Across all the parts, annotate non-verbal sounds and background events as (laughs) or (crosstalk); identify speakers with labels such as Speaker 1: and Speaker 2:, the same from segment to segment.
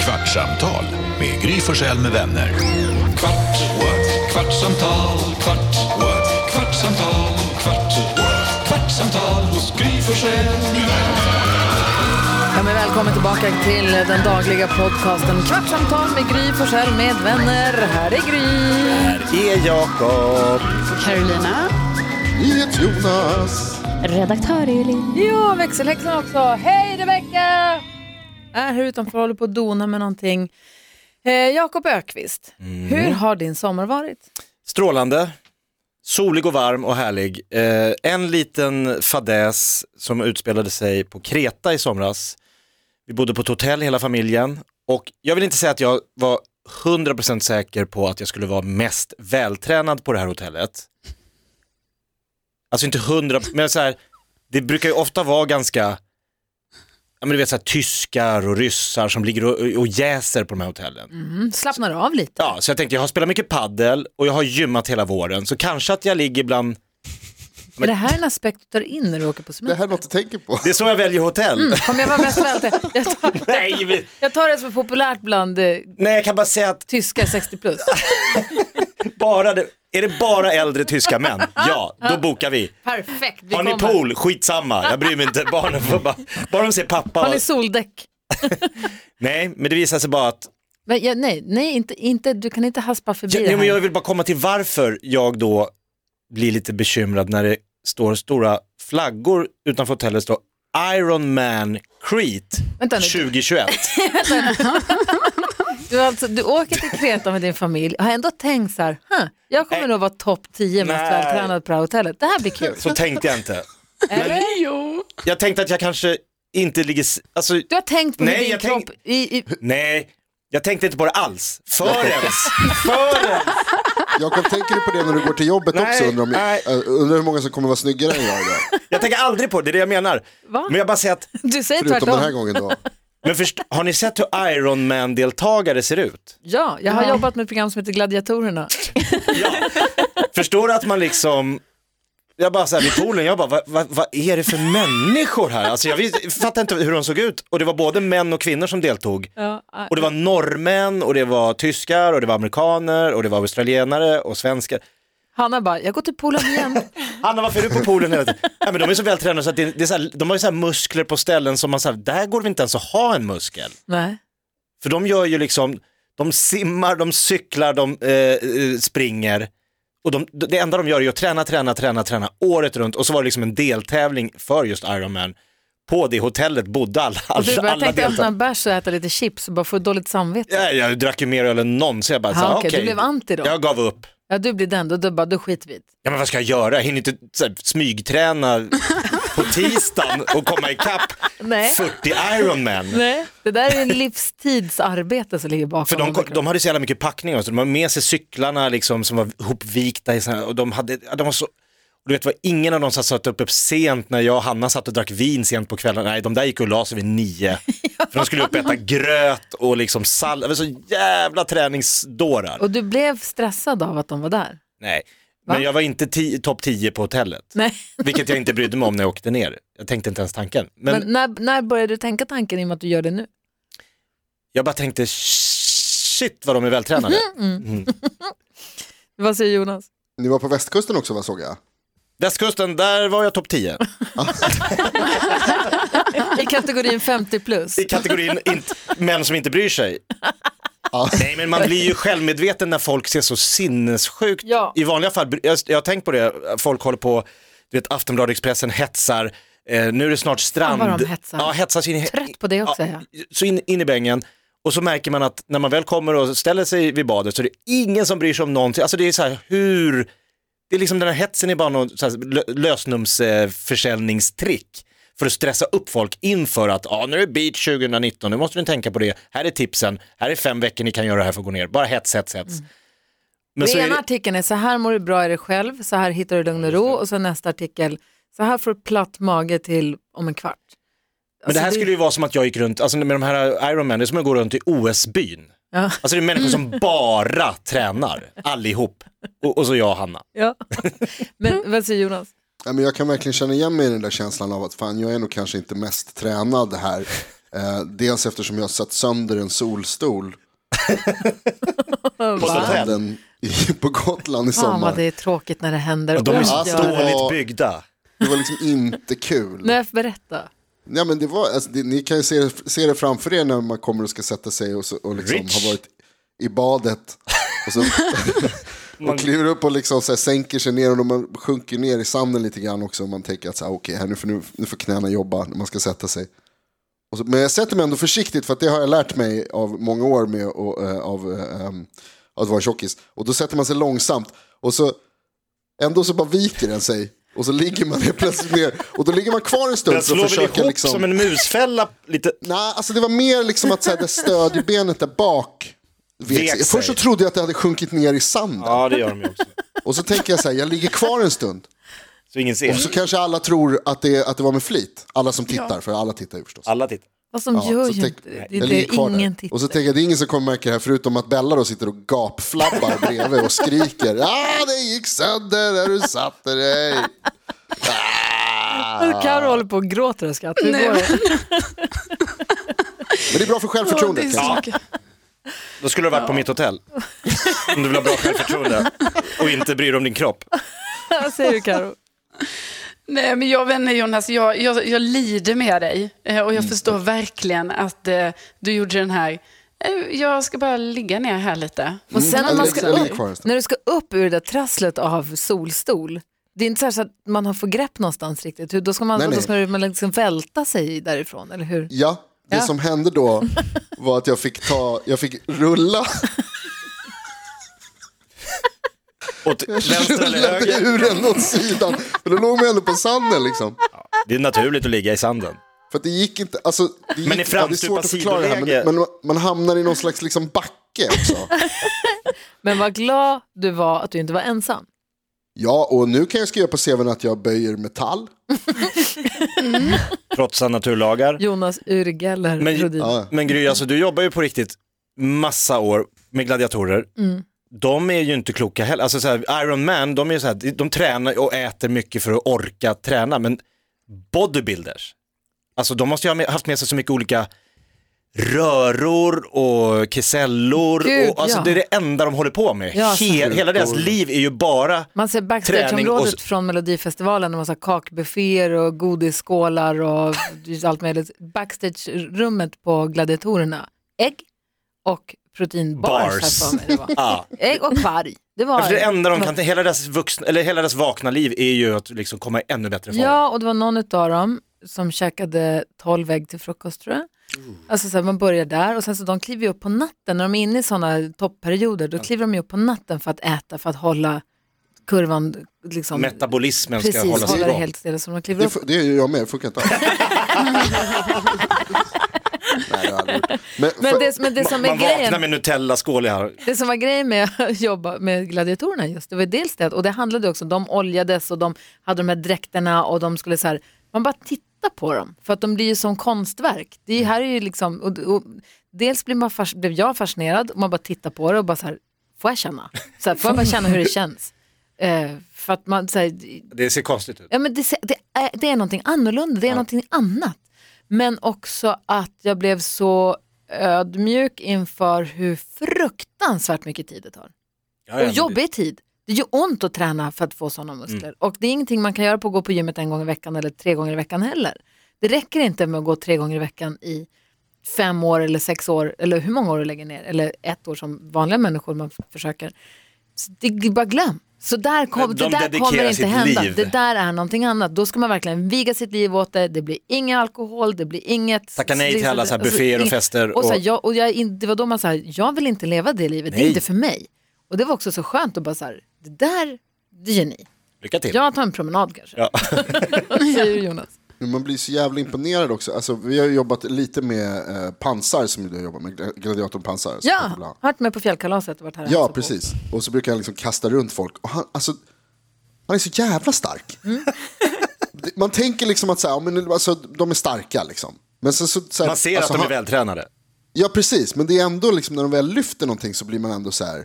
Speaker 1: Kvartsamtal med Gry Forssell med vänner. Kvart, what? kvartsamtal, kvart, what? kvartsamtal, kvart, what? kvartsamtal hos Gry Forssell med vänner.
Speaker 2: Ja, men välkommen tillbaka till den dagliga podcasten Kvartsamtal med Gry Forssell med vänner. Här är Gry.
Speaker 3: är Jakob.
Speaker 4: Carolina.
Speaker 3: Jonas.
Speaker 4: Redaktör Elin.
Speaker 2: Ja, växelhäxan också. Hej Rebecka! Är här utanför och håller på att dona med någonting. Eh, Jakob Ökvist,
Speaker 3: Mm.
Speaker 2: hur har din sommar varit?
Speaker 3: Strålande, solig och varm och härlig. Eh, en liten fadäs som utspelade sig på Kreta i somras. Vi bodde på ett hotell hela familjen och jag vill inte säga att jag var 100% säker på att jag skulle vara mest vältränad på det här hotellet. Alltså inte 100, men så här, det brukar ju ofta vara ganska, ja men du vet så här tyskar och ryssar som ligger och, och jäser på de här hotellen.
Speaker 2: Mm, slappnar du av lite?
Speaker 3: Ja, så jag tänkte jag har spelat mycket paddel och jag har gymmat hela våren så kanske att jag ligger bland,
Speaker 2: Är det här en aspekt du tar in när du åker på
Speaker 5: Det
Speaker 2: semester?
Speaker 5: här är något du tänker på.
Speaker 3: det är så jag väljer hotell.
Speaker 2: Kommer jag vara mest vältränad? Jag tar-
Speaker 3: (laughs) Nej, vi...
Speaker 2: Jag tar det som är populärt bland eh,
Speaker 3: Nej, jag kan bara säga att
Speaker 2: tyskar 60 plus.
Speaker 3: bara det, är det bara äldre tyska män, ja då bokar vi.
Speaker 2: Perfekt, vi
Speaker 3: Har ni
Speaker 2: kommer.
Speaker 3: pool? Skitsamma, jag bryr mig inte. Barnen får bara, bara de ser pappa.
Speaker 2: Har
Speaker 3: och-
Speaker 2: ni soldäck?
Speaker 3: Nej, men det visar sig bara att,
Speaker 2: Men, ja, nej, nej inte, inte, du kan inte haspa förbi
Speaker 3: ja,
Speaker 2: det
Speaker 3: nej, men
Speaker 2: här.
Speaker 3: jag vill bara komma till varför jag då blir lite bekymrad när det står stora flaggor utanför hotellet, det står Iron Man Crete
Speaker 2: Vänta nu.
Speaker 3: 2021.
Speaker 2: Du, har alltså, du åker till Kreta med din familj och har ändå tänkt så här, huh, jag kommer
Speaker 3: Nej.
Speaker 2: nog vara topp 10 mest
Speaker 3: Nej.
Speaker 2: vältränad på det här hotellet. Det här blir
Speaker 3: (laughs)
Speaker 2: kul.
Speaker 3: Så tänkte jag inte.
Speaker 2: Eller?
Speaker 3: Jag tänkte att jag kanske inte ligger, s- alltså
Speaker 2: Du har tänkt på hur
Speaker 3: Nej,
Speaker 2: din
Speaker 3: jag
Speaker 2: kropp...
Speaker 3: tänk-
Speaker 2: I, i,
Speaker 3: nej, jag tänkte inte på det alls. Förrän, förrän.
Speaker 5: Jakob, tänker du på det när du går till jobbet
Speaker 3: Nej,
Speaker 5: också? Undrar, om,
Speaker 3: nej.
Speaker 5: eh, undrar hur många som kommer vara snyggare än jag idag?
Speaker 3: Jag tänker aldrig på det, det är det jag menar.
Speaker 2: Va?
Speaker 3: Men jag bara säger att,
Speaker 2: du säger
Speaker 5: Förutom
Speaker 2: tvärtom.
Speaker 5: den här gången då.
Speaker 3: men först, har ni sett hur Iron Man-deltagare ser ut?
Speaker 2: Ja, jag har
Speaker 4: Ja.
Speaker 2: jobbat med ett program som heter Gladiatorerna.
Speaker 3: Förstår du att man liksom, jag bara såhär vid poolen, jag bara vad va, vad är det för människor här? Alltså jag vis- fattar inte hur de såg ut och det var både män och kvinnor som deltog.
Speaker 2: Ja,
Speaker 3: Och det var norrmän och det var tyskar och det var amerikaner och det var australienare och svenskar.
Speaker 2: Hanna bara, jag går till poolen
Speaker 3: (laughs)
Speaker 2: igen.
Speaker 3: Anna varför är du på poolen hela tiden? Nej, men de är så vältränade så att det, det är så här, de har ju så här muskler på ställen som man säger, där går det inte ens att ha en muskel.
Speaker 2: Nej.
Speaker 3: För de gör ju liksom, de simmar, de cyklar, de eh, eh, springer. Och de, det enda de gör är att träna, träna, träna, träna året runt. Och så var det liksom en deltävling för just Ironman. På det hotellet bodde alla,
Speaker 2: Och
Speaker 3: alla,
Speaker 2: du bara, jag
Speaker 3: Alltså, alla
Speaker 2: tänkte öppna
Speaker 3: deltagare.
Speaker 2: en bärs och äta lite chips och bara få dåligt samvete.
Speaker 3: Ja, jag drack ju mer öl än någonsin. Jag bara,
Speaker 2: Ja,
Speaker 3: så här,
Speaker 2: Ah, okej, du
Speaker 3: okej.
Speaker 2: blev anti då?
Speaker 3: Jag gav upp.
Speaker 2: Ja, du blir den, då, då, bara, då skiter vi i det.
Speaker 3: Ja men vad ska jag göra? Jag hinner inte så här, smygträna
Speaker 2: (laughs)
Speaker 3: på tisdagen och komma ikapp
Speaker 2: Nej.
Speaker 3: 40 Ironman.
Speaker 2: Nej. Det där är en livstidsarbete som ligger bakom.
Speaker 3: För de,
Speaker 2: den
Speaker 3: kom-
Speaker 2: här
Speaker 3: de hade så jävla mycket packning också, de hade med sig cyklarna liksom som var hopvikta i så här, och de hade, ja, de var så, och du vet vad ingen av dem som satt uppe sent när jag och Hanna satt och drack vin sent på kvällen, nej de där gick och la sig
Speaker 2: (laughs)
Speaker 3: vid nio. För de skulle upp och äta gröt och liksom sallad, Det var så jävla träningsdårar.
Speaker 2: Och du blev stressad av att de var där?
Speaker 3: Nej,
Speaker 2: Va?
Speaker 3: men jag var inte ti- topp 10 på hotellet.
Speaker 2: Nej.
Speaker 3: Vilket jag inte brydde mig om när jag åkte ner. Jag tänkte inte ens tanken. Men,
Speaker 2: Men, när, när började du tänka tanken i och med att du gör det nu?
Speaker 3: jag bara tänkte shit vad de är vältränade.
Speaker 2: Mm. Vad säger Jonas?
Speaker 5: Ni var på västkusten också vad såg jag?
Speaker 3: Västkusten, där var jag topp 10.
Speaker 2: (laughs) I kategorin 50 plus? (laughs)
Speaker 3: I kategorin inte, män som inte bryr sig.
Speaker 5: Ja.
Speaker 3: Nej men man blir ju självmedveten när folk ser så sinnessjukt.
Speaker 2: Ja.
Speaker 3: I vanliga fall, jag, jag har tänkt på det, folk håller på, du vet Aftonbladet Expressen hetsar, eh, nu är det snart strand.
Speaker 2: Fan, vad de hetsar.
Speaker 3: Ja, hetsar sin,
Speaker 2: Trött på det också är
Speaker 3: ja, Så in, in i bängen. Och så märker man att när man väl kommer och ställer sig vid badet så är det ingen som bryr sig om någonting. Alltså det är så här, hur... Det är liksom den här hetsen är bara någon så här lö- lösnumsförsäljningstrick för att stressa upp folk inför att ah, nu är det beach 2019, nu måste ni tänka på det, här är tipsen, här är fem veckor ni kan göra det här för att gå ner, bara hets, hets, hets. Men
Speaker 2: jag.
Speaker 3: så
Speaker 2: Den
Speaker 3: är
Speaker 2: ena
Speaker 3: Mm. det,
Speaker 2: artikeln är så här mår du bra i dig själv, så här hittar du lugn och ro och så nästa artikel, så här får du platt mage till om en kvart.
Speaker 3: men det här
Speaker 2: Alltså,
Speaker 3: skulle ju vara som att jag gick runt, alltså med de här Ironman, det är som att gå runt i OS-byn.
Speaker 2: Ja.
Speaker 3: Alltså det är människor (laughs) som bara tränar, allihop. Och, och så jag och Hanna.
Speaker 2: Ja. (laughs) Men vad säger Jonas?
Speaker 5: Ja, men jag kan verkligen känna igen mig i den där känslan av att fan jag är nog kanske inte mest tränad här. Eh, dels eftersom jag satt sönder en solstol på,
Speaker 3: hotell?
Speaker 5: stranden i, på Gotland i
Speaker 2: Fan vad
Speaker 5: sommar.
Speaker 2: det är tråkigt när det händer.
Speaker 3: De är
Speaker 2: Oj,
Speaker 3: så
Speaker 5: Alltså,
Speaker 2: jag-
Speaker 3: dåligt byggda.
Speaker 5: Det var liksom inte kul.
Speaker 2: Nej, berätta.
Speaker 5: Nej, men det var, alltså, det, ni kan ju se, se det framför er när man kommer och ska sätta sig och, så, och liksom
Speaker 3: Rich.
Speaker 5: har varit i badet.
Speaker 3: (laughs)
Speaker 5: Och, så, och kliver upp och liksom, så här, sänker sig ner och då man sjunker ner i sanden lite grann också. Och man tänker att så här, "Ah, okej, här, nu, får, nu, nu får knäna jobba när man ska sätta sig. Och så, men jag sätter mig ändå försiktigt för att det har jag lärt mig av många år med och, eh, av, eh, em, att vara tjockis. Och då sätter man sig långsamt och så ändå så bara viker den sig. Och så ligger man helt plötsligt ner och då ligger man kvar en stund
Speaker 3: Den
Speaker 5: för
Speaker 3: slår
Speaker 5: att
Speaker 3: väl
Speaker 5: försöka
Speaker 3: ihop
Speaker 5: liksom...
Speaker 3: som en musfälla lite.
Speaker 5: Nej, alltså det var mer liksom att så här, det stöd i benet där bak vek
Speaker 3: Vek
Speaker 5: sig.
Speaker 3: sig.
Speaker 5: Först så trodde jag att det hade sjunkit ner i sanden.
Speaker 3: Ja det gör de ju också.
Speaker 5: Och så tänker jag så här, jag ligger kvar en stund.
Speaker 3: Så ingen ser.
Speaker 5: Och så kanske alla tror att det, att det var med flit. Alla som tittar, för alla tittar ju förstås.
Speaker 3: Alla tittar.
Speaker 2: Vad som
Speaker 5: Ja,
Speaker 2: gör
Speaker 5: så
Speaker 2: ju
Speaker 5: tänk-
Speaker 2: inte det.
Speaker 5: Nej,
Speaker 2: Det
Speaker 5: jag
Speaker 2: är
Speaker 5: ligger kvar där.
Speaker 2: ingen tittar.
Speaker 5: Och så tänker jag, det är ingen som kommer märka det här förutom att Bella då sitter och gapflabbar bredvid och skriker. Ah, det gick sönder där du satte dig. Ah.
Speaker 2: Carro håller på och gråter av skratt. Hur går det?
Speaker 5: Men det är bra för självförtroendet. kanske.
Speaker 3: Ja. Då skulle du ha varit på mitt hotell. Om du vill ha bra självförtroende och inte bryr dig om din kropp.
Speaker 2: Vad säger du Carro?
Speaker 6: Nej, men jag vet inte Jonas, jag, jag, jag lider med dig. Eh, Och jag förstår verkligen att eh, du gjorde den här, eh, jag ska bara ligga ner här lite.
Speaker 2: Och sen när,
Speaker 5: jag
Speaker 2: man
Speaker 5: ligger-
Speaker 2: ska
Speaker 5: jag ligger
Speaker 2: upp,
Speaker 5: kvar en stund.
Speaker 2: när du ska upp ur det där trasslet av solstol, det är inte så, här så att man har får grepp någonstans riktigt. Hur, då ska man,
Speaker 5: Nej, nej.
Speaker 2: Då ska man liksom välta sig därifrån, eller hur?
Speaker 5: Ja, det
Speaker 2: Ja.
Speaker 5: som hände då var att jag fick, ta, jag fick rulla
Speaker 3: Åt vänster eller
Speaker 5: rullade
Speaker 3: höger.
Speaker 5: ur den åt sidan. För då låg man ändå på sanden liksom.
Speaker 3: Det är naturligt att ligga i sanden.
Speaker 5: För att det gick inte, alltså, det gick,
Speaker 3: Men i
Speaker 5: ja, det är
Speaker 3: framstupa
Speaker 5: svårt att förklara det här,
Speaker 3: sidoläge.
Speaker 5: men, men man hamnar i någon slags liksom backe också.
Speaker 2: Men vad glad du var att du inte var ensam.
Speaker 5: Ja, och nu kan jag skriva på CVn att jag böjer metall.
Speaker 3: Trotsa naturlagar.
Speaker 2: Jonas Urgeller
Speaker 3: Men-
Speaker 2: Rhodin.
Speaker 5: Ja.
Speaker 3: Men Gry, alltså, du jobbar ju på riktigt massa år med gladiatorer.
Speaker 2: Mm.
Speaker 3: De är ju inte kloka heller. Alltså, så här, Iron Man, de, är ju så här, de tränar och äter mycket för att orka träna. Men bodybuilders, alltså, de måste ju ha med, haft med sig så mycket olika röror och kesellor.
Speaker 2: Gud,
Speaker 3: och, alltså,
Speaker 2: ja.
Speaker 3: Det är det enda de håller på med.
Speaker 2: Ja, så-
Speaker 3: He- hela deras liv är ju bara...
Speaker 2: Man ser
Speaker 3: Träning och
Speaker 2: backstageområdet
Speaker 3: så-
Speaker 2: från Melodifestivalen när man har kakbufféer och godisskålar och (laughs) allt möjligt. Backstagerummet på Gladiatorerna, ägg och proteinbars.
Speaker 3: Bars.
Speaker 2: här för mig det var. (laughs)
Speaker 3: Ja.
Speaker 2: Ägg
Speaker 3: (laughs)
Speaker 2: och färg. Det var
Speaker 3: Ja, för det enda de kan, hela deras, vuxna, eller hela deras vakna liv är ju att liksom komma i ännu bättre form.
Speaker 2: Ja, och det var någon av dem som käkade 12 ägg till frukost tror jag.
Speaker 3: Mm.
Speaker 2: Alltså så här, man börjar där och sen så de kliver ju upp på natten när de är inne i sådana topperioder. Då kliver de ju upp på natten för att äta, för att hålla kurvan liksom.
Speaker 3: Metabolismen ska
Speaker 2: Precis,
Speaker 3: hållas
Speaker 2: hålla det
Speaker 3: igång.
Speaker 2: helt stilla så de kliver
Speaker 5: Det,
Speaker 2: upp.
Speaker 5: fu- det är ju jag med, det funkar inte alls. Nej, jag har aldrig gjort. Men,
Speaker 2: Men
Speaker 5: för-
Speaker 2: det, men det som är
Speaker 3: man
Speaker 2: grejen,
Speaker 3: vaknar med Nutella-skål i här.
Speaker 2: det som var grejen med att jobba med gladiatorerna just, det var dels det, att- och det handlade också, de oljades och de hade de här dräkterna och de skulle så här, man bara tittar på dem, för att de blir ju som konstverk. Det är, ju- här är ju liksom, och, och, dels blir man fas, blev jag fascinerad och man bara tittar på det och bara så här, får jag känna? Så här, får jag bara känna hur det känns? Eh, för att man, så här,
Speaker 3: Det ser konstigt ut.
Speaker 2: Ja, men det, det, är, det är någonting annorlunda, det är någonting annat. Men också att jag blev så ödmjuk inför hur fruktansvärt mycket tid det tar. Och jobbig tid. Det gör ont att träna för att få sådana muskler.
Speaker 3: Mm.
Speaker 2: Och det är ingenting man kan göra på att gå på gymmet en gång i veckan eller tre gånger i veckan heller. Det räcker inte med att gå tre gånger i veckan i fem år eller sex år eller hur många år du lägger ner eller ett år som vanliga människor man f- försöker. Så det är bara glöm. Så där kom,
Speaker 3: De
Speaker 2: det där
Speaker 3: dedikerar
Speaker 2: kommer inte
Speaker 3: sitt
Speaker 2: hända.
Speaker 3: liv.
Speaker 2: Det där är någonting annat. Då ska man verkligen viga sitt liv åt det. Det blir ingen alkohol, det blir inget.
Speaker 3: Tacka nej till alla så här
Speaker 2: Alltså,
Speaker 3: bufféer och
Speaker 2: inget-
Speaker 3: fester
Speaker 2: Och så här,
Speaker 3: och-
Speaker 2: jag, och jag, är in- det var då man sa, jag vill inte leva det livet, det är
Speaker 3: Nej.
Speaker 2: inte för mig. Och det var också så skönt att bara så här, det där, det gör ni.
Speaker 3: Lycka till.
Speaker 2: Jag tar en promenad kanske. (laughs)
Speaker 3: Ja. (laughs)
Speaker 2: Säger du, Jonas.
Speaker 5: Men Man blir så jävla imponerad också. Alltså, vi har ju jobbat lite med eh, pansar som du har jobbat med, Gla- gladiatorn pansar. som heter
Speaker 2: Ja,
Speaker 5: Blanc.
Speaker 2: har varit med på fjällkalaset och varit här. Alltså, och
Speaker 5: Ja,
Speaker 2: hälsat på.
Speaker 5: precis. Och så brukar han liksom kasta runt folk. Och han, alltså, han är så jävla stark.
Speaker 2: Mm.
Speaker 5: (laughs) Det- Man tänker liksom att så här, ja, men, alltså, de är starka. Liksom. Men så, så, så här,
Speaker 3: Man ser
Speaker 5: alltså,
Speaker 3: att de är
Speaker 5: han-
Speaker 3: vältränade.
Speaker 5: Ja, precis. Men det är ändå liksom, när de väl lyfter någonting så blir man ändå så här,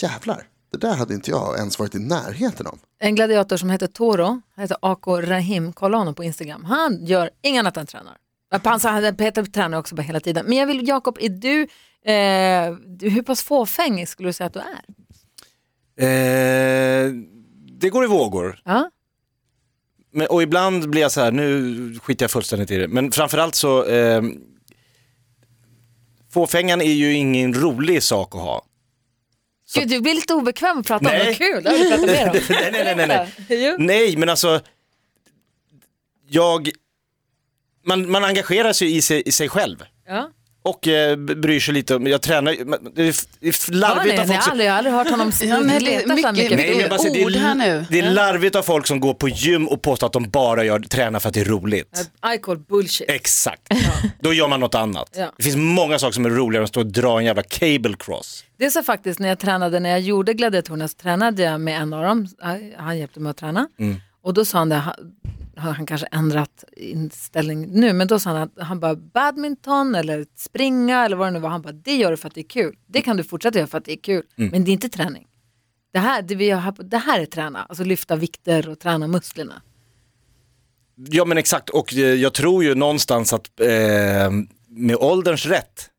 Speaker 5: jävlar, det där hade inte jag ens varit i närheten av.
Speaker 2: En gladiator som heter Toro, han heter Ako Rahim, kolla honom på Instagram. Han gör inget annat än tränar. Ja, Pansar, han- Peter tränar också bara hela tiden. Men jag vill, Jakob, är du, eh, du- hur pass fåfäng skulle du säga att du är?
Speaker 3: Eh, det går i vågor.
Speaker 2: Ja?
Speaker 3: Men, och ibland blir jag så här, nu skiter jag fullständigt i det. Men framförallt så, eh, fåfängan är ju ingen rolig sak att ha.
Speaker 2: Gud, du blir lite obekväm att prata om,
Speaker 3: Nej.
Speaker 2: vad kul, det har vi pratat mer om.
Speaker 3: (laughs) nej, nej, nej, nej.
Speaker 2: Jo.
Speaker 3: Nej, men alltså, jag, man, man engagerar sig i sig, i sig själv.
Speaker 2: Ja.
Speaker 3: Och eh, bryr sig lite om, jag tränar, men det är f- det är
Speaker 2: Ja, nej,
Speaker 3: larvigt
Speaker 2: nej,
Speaker 3: av folk
Speaker 2: jag, har
Speaker 3: som...
Speaker 2: aldrig, jag har aldrig hört honom
Speaker 6: Ja, nej, det är
Speaker 2: leta så här mycket.
Speaker 6: mycket- mycket-
Speaker 2: mycket.
Speaker 3: men bara så här,
Speaker 6: ord här nu.
Speaker 3: det är larvigt av folk som går på gym och påstår att de bara gör, tränar för att det är roligt.
Speaker 2: I call bullshit.
Speaker 3: Exakt. Då gör man något annat.
Speaker 2: Ja.
Speaker 3: Det finns många saker som är roligare än att stå och dra en jävla cable cross.
Speaker 2: Det är så faktiskt när jag tränade, när jag gjorde gladiatorerna så tränade jag med en av dem, han hjälpte mig att träna.
Speaker 6: Mm.
Speaker 2: Och då sa han det, han- har han kanske ändrat inställning nu, men då sa han att han bara badminton eller springa eller vad det nu var, han bara det gör du för att det är kul. Det kan du fortsätta göra för att det är kul,
Speaker 6: Mm.
Speaker 2: men det är inte träning. Det här, det, vi gör här, på- det här är träna, alltså lyfta vikter och träna musklerna.
Speaker 3: Ja men exakt, och eh, jag tror ju någonstans att eh, med ålderns rätt,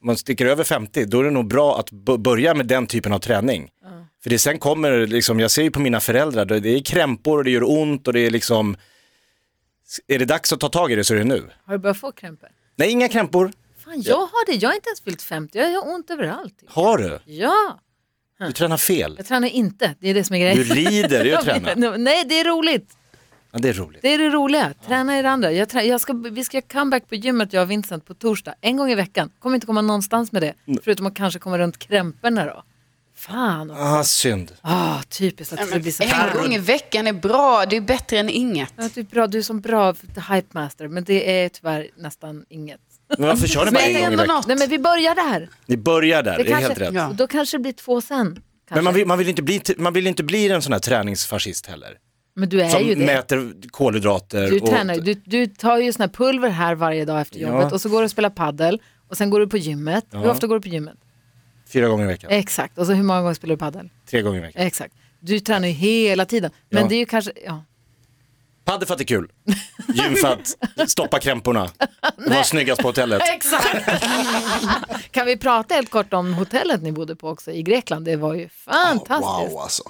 Speaker 3: om man sticker över 50, då är det nog bra att b- börja med den typen av träning. För det sen kommer, liksom, jag ser ju på mina föräldrar, det det är krämpor och det gör ont och det är liksom, är det dags att ta tag i det så är det nu.
Speaker 2: Har du börjat få krämpor?
Speaker 3: Nej, inga krämpor.
Speaker 2: Fan, jag har det, jag har inte ens fyllt 50, jag har ont överallt.
Speaker 3: Har du?
Speaker 2: Ja,
Speaker 3: Du tränar fel.
Speaker 2: jag tränar inte, det är det som är grejen.
Speaker 3: Du
Speaker 2: (laughs)
Speaker 3: rider, jag tränar.
Speaker 2: Nej, det är roligt.
Speaker 3: Ja, det är roligt.
Speaker 2: Det är det roliga, träna er andra. Jag trä- jag ska, vi ska göra comeback på gymmet jag och Vincent på torsdag, en gång i veckan. Kommer inte komma någonstans med det, förutom att kanske komma runt krämporna då. Fan, och-
Speaker 3: Ah, synd.
Speaker 2: ah, typiskt att det blir så här.
Speaker 6: En gång i veckan är bra, det är bättre än inget.
Speaker 2: Ja, Du är, bra, du är som bra hypemaster, men det är tyvärr nästan inget.
Speaker 3: Men varför kör ni bara en gång i
Speaker 6: ändå
Speaker 3: veckan?
Speaker 6: något.
Speaker 2: Nej men vi börjar där.
Speaker 3: Ni börjar där, det, är
Speaker 2: kanske,
Speaker 3: helt rätt.
Speaker 6: Ja.
Speaker 2: Då kanske det blir två sen. Kanske.
Speaker 3: Men man vill, man, vill inte bli, t- man vill inte bli en sån här träningsfascist heller.
Speaker 2: men du är
Speaker 3: Som
Speaker 2: ju det.
Speaker 3: mäter kolhydrater.
Speaker 2: Du,
Speaker 3: och-
Speaker 2: tränar, ju. du, du tar ju såna här pulver här varje dag efter jobbet och så går du och spelar paddel och sen går du på gymmet. Hur
Speaker 3: Ja.
Speaker 2: ofta går du på gymmet?
Speaker 3: Fyra gånger i veckan,
Speaker 2: Exakt, och så hur många gånger spelar du paddel?
Speaker 3: tre gånger i veckan.
Speaker 2: Exakt. Du tränar ju hela tiden. Men
Speaker 3: Ja.
Speaker 2: det är ju kanske, ja.
Speaker 3: Padel för att det är
Speaker 2: (laughs)
Speaker 3: kul, gym för att stoppa krämporna och vara snyggast på hotellet.
Speaker 2: Exakt. (laughs) kan vi prata helt kort om hotellet ni bodde på också i Grekland? Det var ju fantastiskt.
Speaker 5: Wow alltså.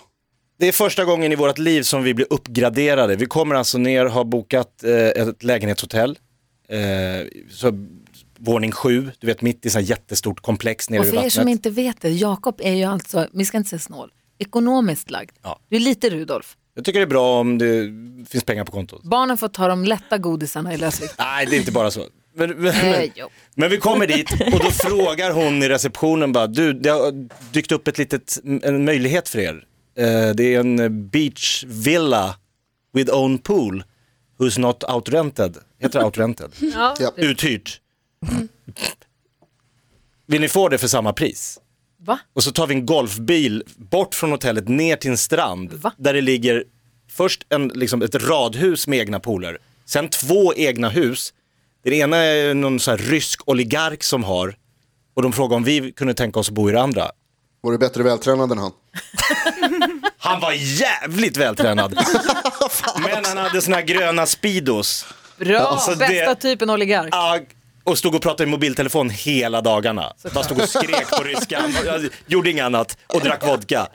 Speaker 3: Det är första gången i vårt liv som vi blir uppgraderade. Vi kommer alltså ner, har bokat eh, ett lägenhetshotell, eh, så, våning sju, du vet mitt i ett jättestort komplex nere
Speaker 2: Och
Speaker 3: vid
Speaker 2: för er
Speaker 3: vattnet.
Speaker 2: som inte vet det, Jakob är ju alltså, vi ska inte säga snål, ekonomiskt lagd.
Speaker 3: Ja.
Speaker 2: Du är lite Rudolf.
Speaker 3: Jag tycker det är bra om det finns pengar på kontot.
Speaker 2: Barnen får ta de lätta godisarna i lösvikt.
Speaker 3: Nej, det är inte bara så. Men, men,
Speaker 2: Eh, jo.
Speaker 3: men vi kommer dit och då frågar hon i receptionen bara, du, det har dykt upp ett litet, en möjlighet för er. Eh, det är en beach villa with own pool, who's not outrented. Heter det outrented?
Speaker 5: Ja.
Speaker 3: Uthyrt. Vill ni få det för samma pris?
Speaker 2: Va?
Speaker 3: Och så tar vi en golfbil bort från hotellet ner till en strand
Speaker 2: Va?
Speaker 3: där det ligger först en, liksom ett radhus med egna pooler, sen två egna hus. Det ena är någon så här rysk oligark som har och de frågar om vi kunde tänka oss att bo i det andra.
Speaker 5: Var du bättre vältränad än han?
Speaker 3: Han var jävligt vältränad. Men han hade såna här gröna Speedos
Speaker 2: Bra,
Speaker 3: Alltså, det-
Speaker 2: bästa typen oligark.
Speaker 3: Ja, och stod och pratade i mobiltelefon hela dagarna. Bara stod och skrek på ryska, Jag gjorde inget annat och drack vodka.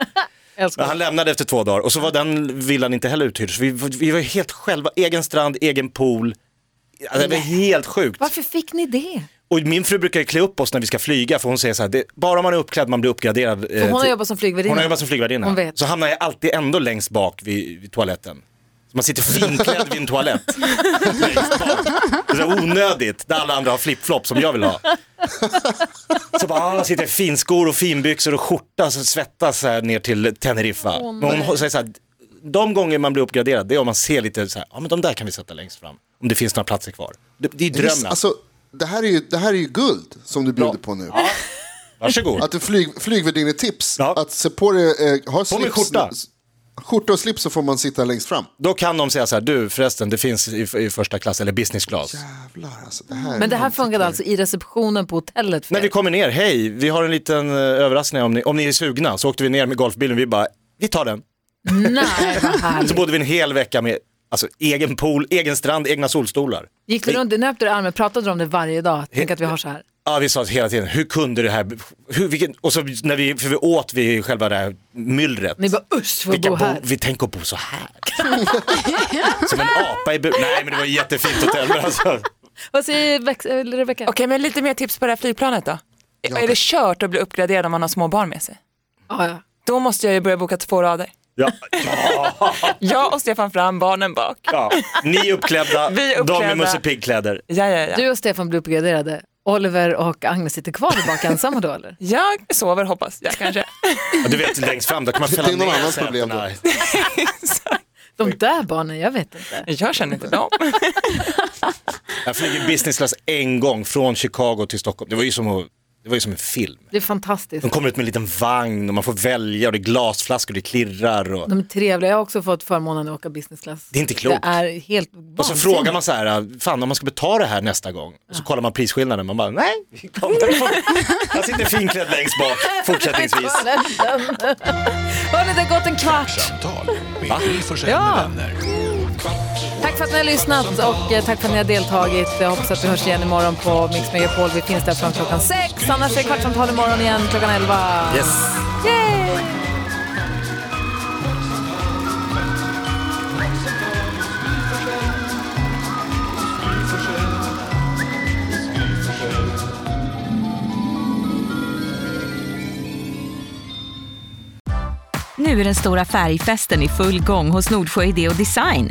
Speaker 2: Älskar.
Speaker 3: Men han lämnade efter två dagar och så var den villan inte heller uthyrd. Så vi, vi var helt själva, egen strand, egen pool. Alltså, det var helt sjukt.
Speaker 2: Varför fick ni det?
Speaker 3: Och min fru brukar ju klä upp oss när vi ska flyga för hon säger så här, det, bara om man är uppklädd man blir uppgraderad. eh,
Speaker 2: För hon har
Speaker 3: till-
Speaker 2: jobbat som flygvärdinna.
Speaker 3: hon har jobbat som flygvärdinna.
Speaker 2: Hon vet.
Speaker 3: Så hamnar jag alltid ändå längst bak vid, vid toaletten. Så man sitter finklädd vid en toalett.
Speaker 2: (laughs)
Speaker 3: längst bak. Det är så onödigt, där alla andra har flipflop som jag vill ha. Så bara, alla sitter i finskor och finbyxor och skjorta så svettas så här ner till Teneriffa.
Speaker 2: Åh,
Speaker 3: men
Speaker 2: nej.
Speaker 3: hon säger så här, de gånger man blir uppgraderad det är om man ser lite så här, ja men de där kan vi sätta längst fram. Om det finns några platser kvar. Det, det är drömmen.
Speaker 5: Alltså, det, här är ju, det här är ju guld som du bjuder
Speaker 3: Ja.
Speaker 5: på nu.
Speaker 3: Varsågod.
Speaker 5: Att en flyg, flygvärdinne-tips.
Speaker 3: Ja.
Speaker 5: Att se på dig, eh, ha slips.
Speaker 3: med skjorta.
Speaker 5: Skjorta och slips så får man sitta längst fram.
Speaker 3: Då kan de säga så här, du förresten det finns i, i första klass eller business class.
Speaker 5: Jävlar alltså. Det här
Speaker 2: Men det här funkade alltså i receptionen på hotellet för
Speaker 3: När vi
Speaker 2: er.
Speaker 3: kommer ner, hej, vi har en liten eh, överraskning om ni, om ni är sugna. Så åkte vi ner med golfbilen, vi bara, vi tar den. (laughs)
Speaker 2: Nej, vad härligt.
Speaker 3: Så bodde vi en hel vecka med Alltså egen pool, egen strand, egna solstolar.
Speaker 2: Gick du runt, nöp du i armen, pratade du om det varje dag? Tänk att vi har så här.
Speaker 3: Ja, vi sa hela tiden, hur kunde det här, hur, vilken, och så när vi, för vi åt vi själva det här myllret.
Speaker 2: Ni bara usch, får vi
Speaker 3: Vilka
Speaker 2: bo här?
Speaker 3: vi tänker bo så här. (laughs) Som en apa i bur. Nej men det var ett jättefint hotell. Men alltså,
Speaker 2: Vad säger Vex- eller Rebecca?
Speaker 7: Okej, men lite mer tips på det här flygplanet då. Är det kört att bli uppgraderad om man har små barn med sig?
Speaker 2: Ja, ja.
Speaker 7: Då måste jag ju börja boka två rader.
Speaker 3: ja,
Speaker 7: Jag och Stefan fram, barnen bak.
Speaker 3: ja. Ni är uppklädda,
Speaker 7: Vi är
Speaker 3: de
Speaker 7: uppklädda.
Speaker 3: i Musse Pigg-kläder.
Speaker 7: Ja, ja, ja.
Speaker 2: Du och Stefan blir uppgraderade. Oliver och Agnes sitter kvar bak
Speaker 3: (laughs)
Speaker 2: ensamma då eller?
Speaker 7: Jag sover hoppas jag kanske.
Speaker 3: Ja, du vet längst fram, där kan man fälla
Speaker 5: Det är någon
Speaker 3: ner
Speaker 5: annans problem
Speaker 3: sätena.
Speaker 2: De där barnen, jag vet inte.
Speaker 7: Jag känner inte dem.
Speaker 3: Jag flyger business class en gång från Chicago till Stockholm. Det var ju som, att, det var ju som en film.
Speaker 2: Det är fantastiskt.
Speaker 3: De kommer ut med en liten vagn och man får välja och det är glasflaskor och det klirrar. Och,
Speaker 2: De är trevliga. Jag har också fått förmånen att åka business class.
Speaker 3: Det är inte klokt.
Speaker 2: Det är helt vansinnigt.
Speaker 3: och så frågar man så här, fan om man ska betala det här nästa gång. Och så kollar man prisskillnaden, man bara nej, vi kommer.
Speaker 2: (laughs)
Speaker 3: Jag sitter finklädd längst bak fortsättningsvis.
Speaker 2: (laughs) Hörni, det har gått en kvart.
Speaker 1: Kvartsamtal med Gry Forssell
Speaker 2: Ja.
Speaker 1: med vänner. Kvart,
Speaker 2: Tack för att ni har lyssnat och eh, tack för att ni har deltagit. Jag hoppas att vi hörs igen imorgon på Mix Megapol. Vi finns där fram klockan sex. Annars är det Kvartsamtal imorgon igen klockan elva.
Speaker 3: Yes.
Speaker 2: Yay!
Speaker 8: Nu är den stora färgfesten i full gång hos Nordsjö Idé och Design.